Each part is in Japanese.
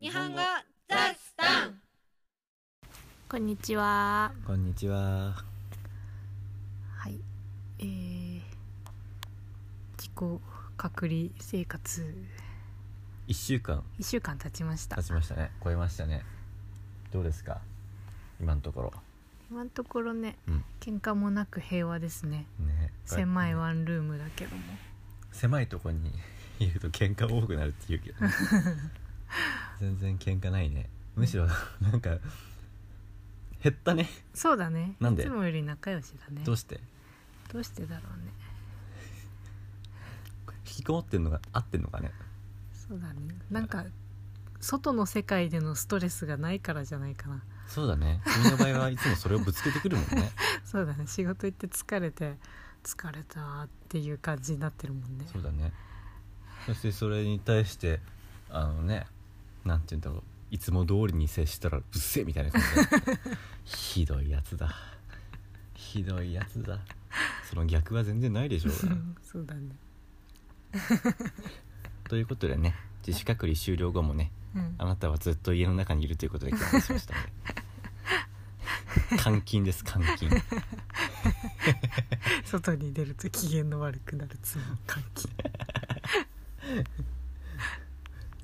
日本語ザスタンこんにちは。こんにちは。はい。えー、自己隔離生活一週間一週間経ちました経。ちましたね。超えましたね。どうですか？今のところ。今のところね、うん喧嘩もなく平和ですね。ね。狭い。ワンルームだけども。狭いとこにいると喧嘩多くなるって言うけ ど、ね。全然喧嘩ないね。むしろなんか減ったね。そうだね。なんでいつもより仲良しだね。どどううして？してだろうね。引きこもってんのが合ってんのかね。そうだね。なんか外の世界でのストレスがないからじゃないかな。そうだね。君の場合はいつもそれをぶつけてくるもんね。そうだね。仕事行って疲れて疲れたっていう感じになってるもんね。そうだねそしてそれに対してあのねなんて言うんだろういつも通りに接したらうっせえみたいな感じでひどいやつだひどいやつだその逆は全然ないでしょう がそうだね。ということでね自主隔離終了後もねうん。あなたはずっと家の中にいるということで決断しましたので監禁です監禁外に出ると機嫌の悪くなる妻の関係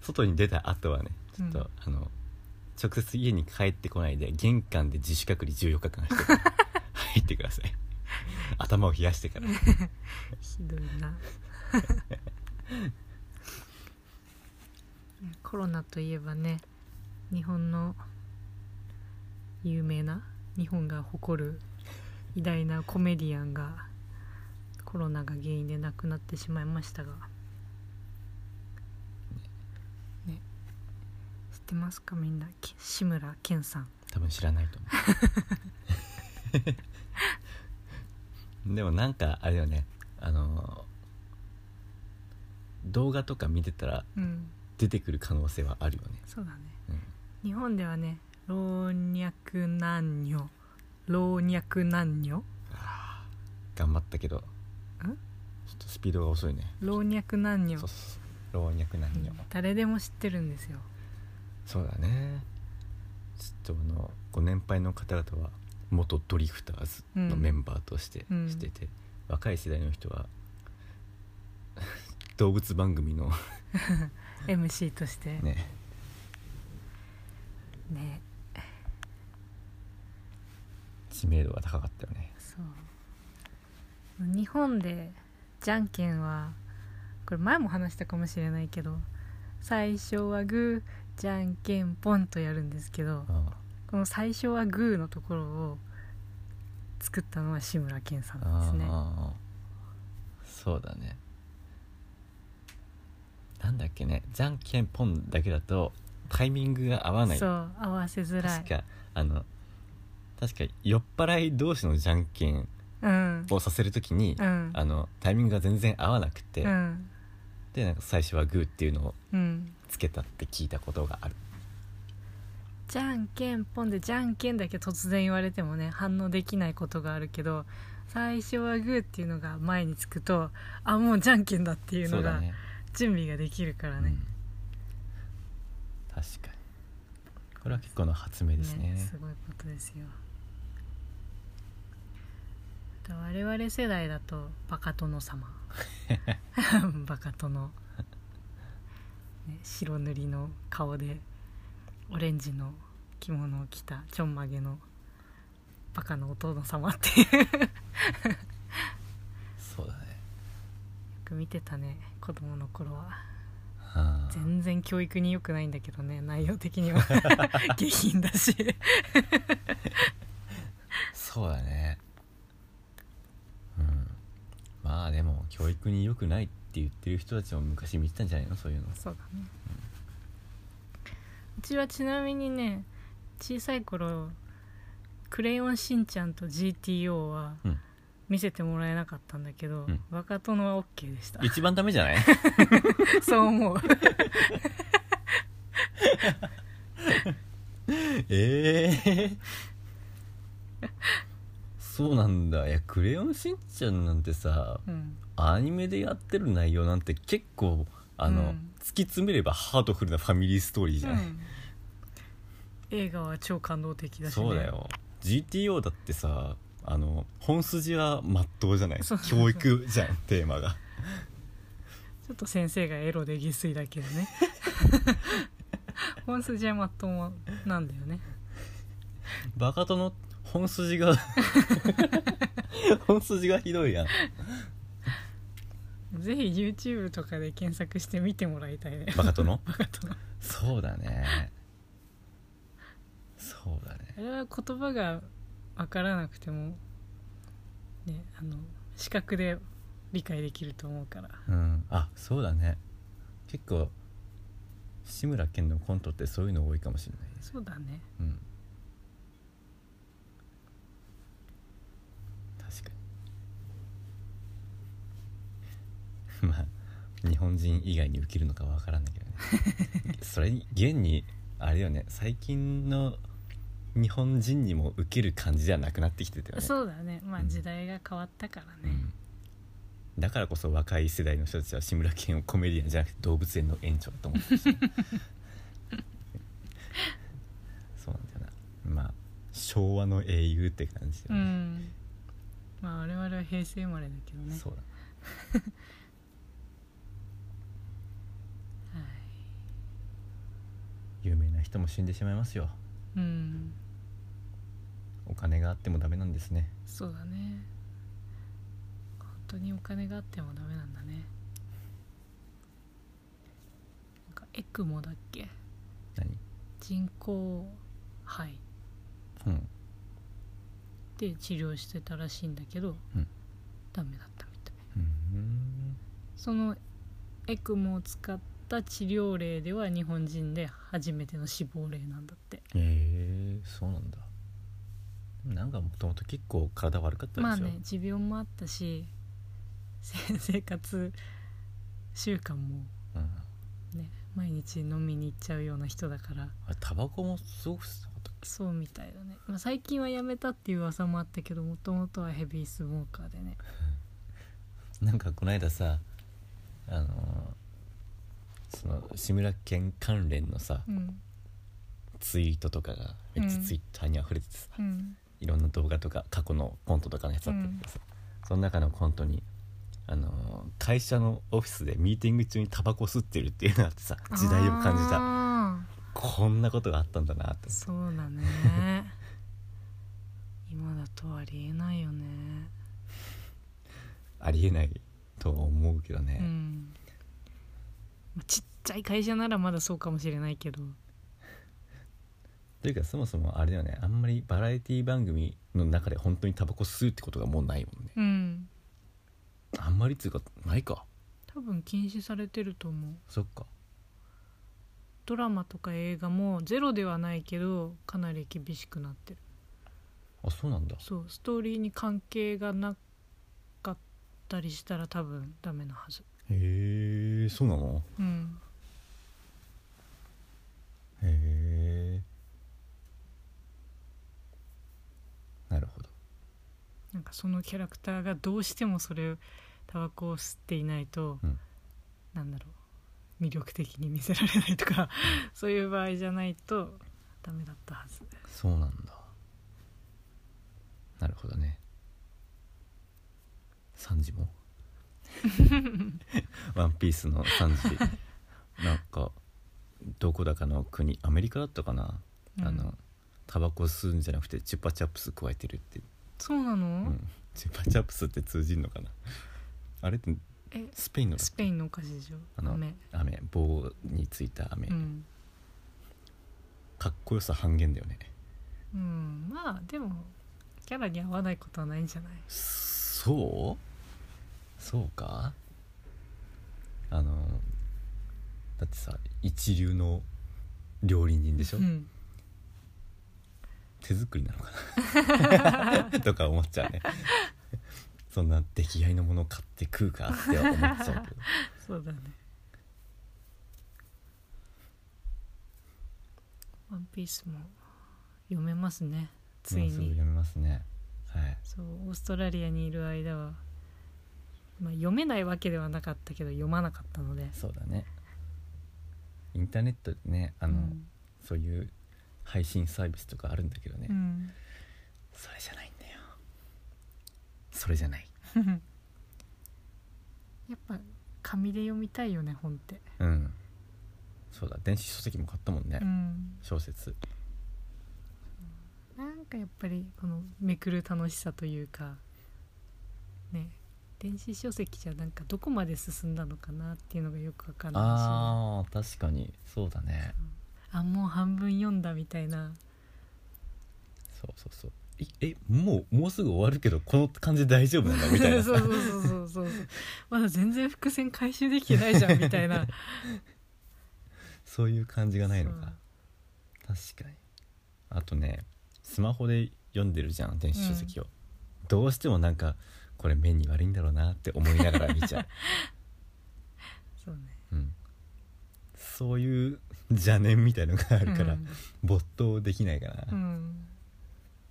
外に出た後はねちょっと、うんあの直接家に帰ってこないで玄関で自主隔離14日間してから 入ってください頭を冷やしてからひどいな コロナといえばね日本の有名な日本が誇る偉大なコメディアンがコロナが原因で亡くなってしまいましたがね知ってますかみんなけ志村けんさん多分知らないと思 うでもなんかあれだよねあの動画とか見てたらうん出てくる可能性はあるよね、そうだねうん日本ではね老若男女老若男女頑張ったけどちょっとスピードが遅いね老若男女そうそうそう老若男女、誰でも知ってるんですよそうだねちょっとあのご年配の方々は元ドリフターズのメンバーとしてうんしてて、若い世代の人は 動物番組の MC としてねね知名度が高かったよねそう日本でじゃんけんはこれ前も話したかもしれないけど最初はグーじゃんけんポンとやるんですけどあこの最初はグーのところを作ったのは志村けんさんあなんですねああそうだねなんだっけねじゃんけんポンだけだとタイミングが合わないそう合わせづらい確かあの確か酔っ払い同士のじゃんけんうんをさせるときに、うんあのタイミングが全然合わなくて、うんでなんか最初はグーっていうのをうんつけたって聞いたことがあるじゃんけんぽんでじゃんけんだけ突然言われてもね反応できないことがあるけど最初はグーっていうのが前につくとあもうじゃんけんだっていうそのうだがね準備ができるからねうん確かにこれは結構の発明ですねすごいことですよあと我々世代だとバカ 殿様バカ殿、ね、白塗りの顔でオレンジの着物を着たちょんまげのバカのお殿様っていうよそうだねく見てたね子供の頃ははあ全然教育に良くないんだけどね内容的に は下品だしそうだねうんまあでも教育に良くないって言ってる人たちも昔見てたんじゃないのそういう のそうだねうちはちなみにね小さい頃「クレヨンしんちゃん」と「GTO」はうん見せてもらえなかったんだけど、うんバカ殿は OK でした一番ダメじゃない そう思うええそうなんだいや「クレヨンしんちゃん」なんてさうんアニメでやってる内容なんて結構あの、うん突き詰めればハートフルなファミリーストーリーじゃうない、ん、映画は超感動的だし、ね、そうだよ GTO だってさあの本筋はまっとうじゃないそうそうそう教育じゃん テーマがちょっと先生がエロで下水だけ どね本筋はまっとうなんだよねバカ殿本筋 が本筋がひどいやんぜひ YouTube とかで検索して見てもらいたいねバカ殿バカとあそうだねそうだねれは言葉が分からなくてもねあの視覚で理解できると思うからうんあそうだね結構志村けんのコントってそういうの多いかもしれないですそうだねうん確かにまあ日本人以外に受けるのかわからんだけどねそれに現にあれよね最近の日本人にも受ける感じじゃなくなってきてたよねそうだねまあうん時代が変わったからうねんだからこそ若い世代の人たちは志村けんをコメディアンじゃなくて動物園の園長だと思ってる しねそうなんだよなまあ昭和の英雄って感じだうよん、ねまあ我々は平成生まれだけどねそうだはい有名な人も死んでしまいますようんお金があってもダメなんですねそうだね本当にお金があってもダメなんだねなんかエクモだっけ何人工肺うんで治療してたらしいんだけど、うんダメだったみたいうんそのエクモを使った治療例では日本人で初めての死亡例なんだってへえそうなんだなんかもともと結構体悪かったでしょまあね持病もあったし せ生活習慣もうん、ね毎日飲みに行っちゃうような人だからあれタバコもすごく吸ってなかったっけそうみたいだね、まあ、最近はやめたっていう噂もあったけどもともとはヘビースモーカーでねなんかこの間さあのーその志村けん関連のさうんツイートとかがめっちゃツイッターに溢れててさ、うんいろんな動画とか過去のコントとかのやつだったけどさ、その中のコントに、あのー会社のオフィスでミーティング中にタバコ吸ってるっていうのがあってさ時代を感じたたこんなことがあったんだなってそうだね今だとありえないよねありえないと思うけどね、うんまあちっちゃい会社ならまだそうかもしれないけどというかそもそもあれだよねあんまりバラエティ番組の中で本当にタバコ吸うってことがもうないもんねうんあんまりっていうかないか多分禁止されてると思うそっかドラマとか映画もゼロではないけどかなり厳しくなってるあそうなんだそうストーリーに関係がなかったりしたら多分ダメなはずへえそうなのうんへえなるほどなんかそのキャラクターがどうしてもそれタバコを吸っていないと、うんなんだろう魅力的に見せられないとか そういう場合じゃないとダメだったはずそうなんだなるほどね3時 もワンピースの3時なんかどこだかの国アメリカだったかな、あうのんタバコ吸うんじゃなくてチュッパチャップス加えてるってそうなの、うんチュッパチャップスって通じんのかなあれってえスペインのだっけスペインのお菓子でしょあの飴雨棒についた雨、うん、かっこよさ半減だよねうん、まあでもキャラに合わないことはないんじゃないそうそうかあのだってさ一流の料理人でしょ、うん手作りなのかな とか思っちゃうねそんな出来合いのものを買って食うかっては思っちゃうけどそうだね。ワンピースも読めますね。ついもうすぐに。読めますねはいそう、オーストラリアにいる間は。まあ、読めないわけではなかったけど読まなかったのでそうだねインターネットでねあの、うんそういう配信サービスとかあるんだけどね、うん、それじゃないんだよそれじゃないやっぱ紙で読みたいよね本って、うんそうだ電子書籍も買ったもんね、うん、小説なんかやっぱりこのめくる楽しさというかね電子書籍じゃなんかどこまで進んだのかなっていうのがよくわかんないしあー確かにそうだねあもう半分読んだみたいなそうそうそういえもうもうすぐ終わるけどこの感じ大丈夫なんだみ たいな そうそうそうそうそうそうまだ全然伏線回収できてないじゃんみたい なそういう感じがないのか確かにあとねスマホで読んでるじゃん電子書籍を、どうしてもなんかこれ目に悪いんだろうなって思いながら見ちゃう、そうねうん、そういう邪念みたいのがあるから、うん没頭できないかな、うん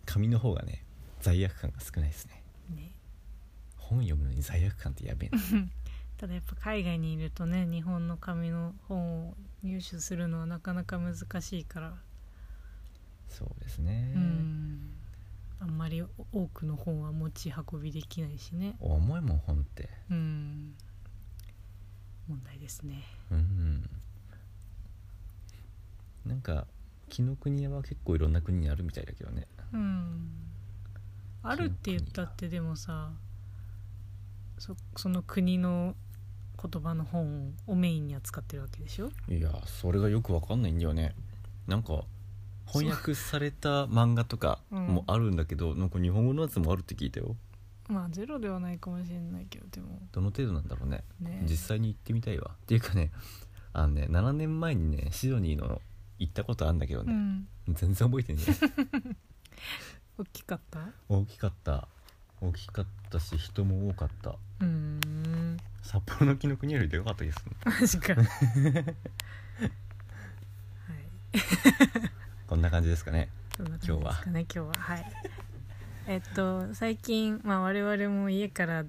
紙の方がね罪悪感が少ないですねね本読むのに罪悪感ってやべえなただやっぱ海外にいるとね日本の紙の本を入手するのはなかなか難しいから、そうですね、うんあんまり多くの本は持ち運びできないしね重いもん本ってうん問題ですねうんなんか紀の国は結構いろんな国にあるみたいだけどねうんあるって言ったってでもさそその国の言葉の本をメインに扱ってるわけでしょいやそれがよくわかんないんだよねなんか翻訳された漫画とかうんもあるんだけど、なんか日本語のやつもあるって聞いたよまあゼロではないかもしれないけどでもどの程度なんだろうねね実際に行ってみたいわっていうかねあのね7年前にねシドニーの行ったことあるんだけどうね、ん全然覚えてない 大きかった大きかった大きかったし人も多かったうーん札幌の紀の国よりでかかったですね確かにはいこんな感じですかねそんな感じですかね今日ははいえっと最近、まあ、我々も家から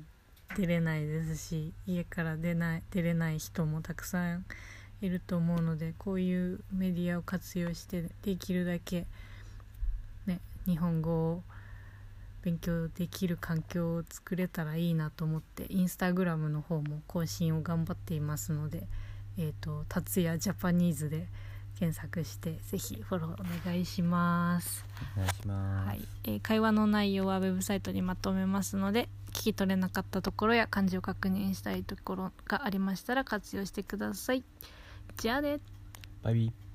出れないですし家から出ない出れない人もたくさんいると思うのでこういうメディアを活用してできるだけ、ね、日本語を勉強できる環境を作れたらいいなと思ってインスタグラムの方も更新を頑張っていますので「えっと達也ジャパニーズ」で検索してぜひフォローお願いします。お願いします、はいえー会話の内容はウェブサイトにまとめますので聞き取れなかったところや漢字を確認したいところがありましたら活用してください。じゃあねバイビー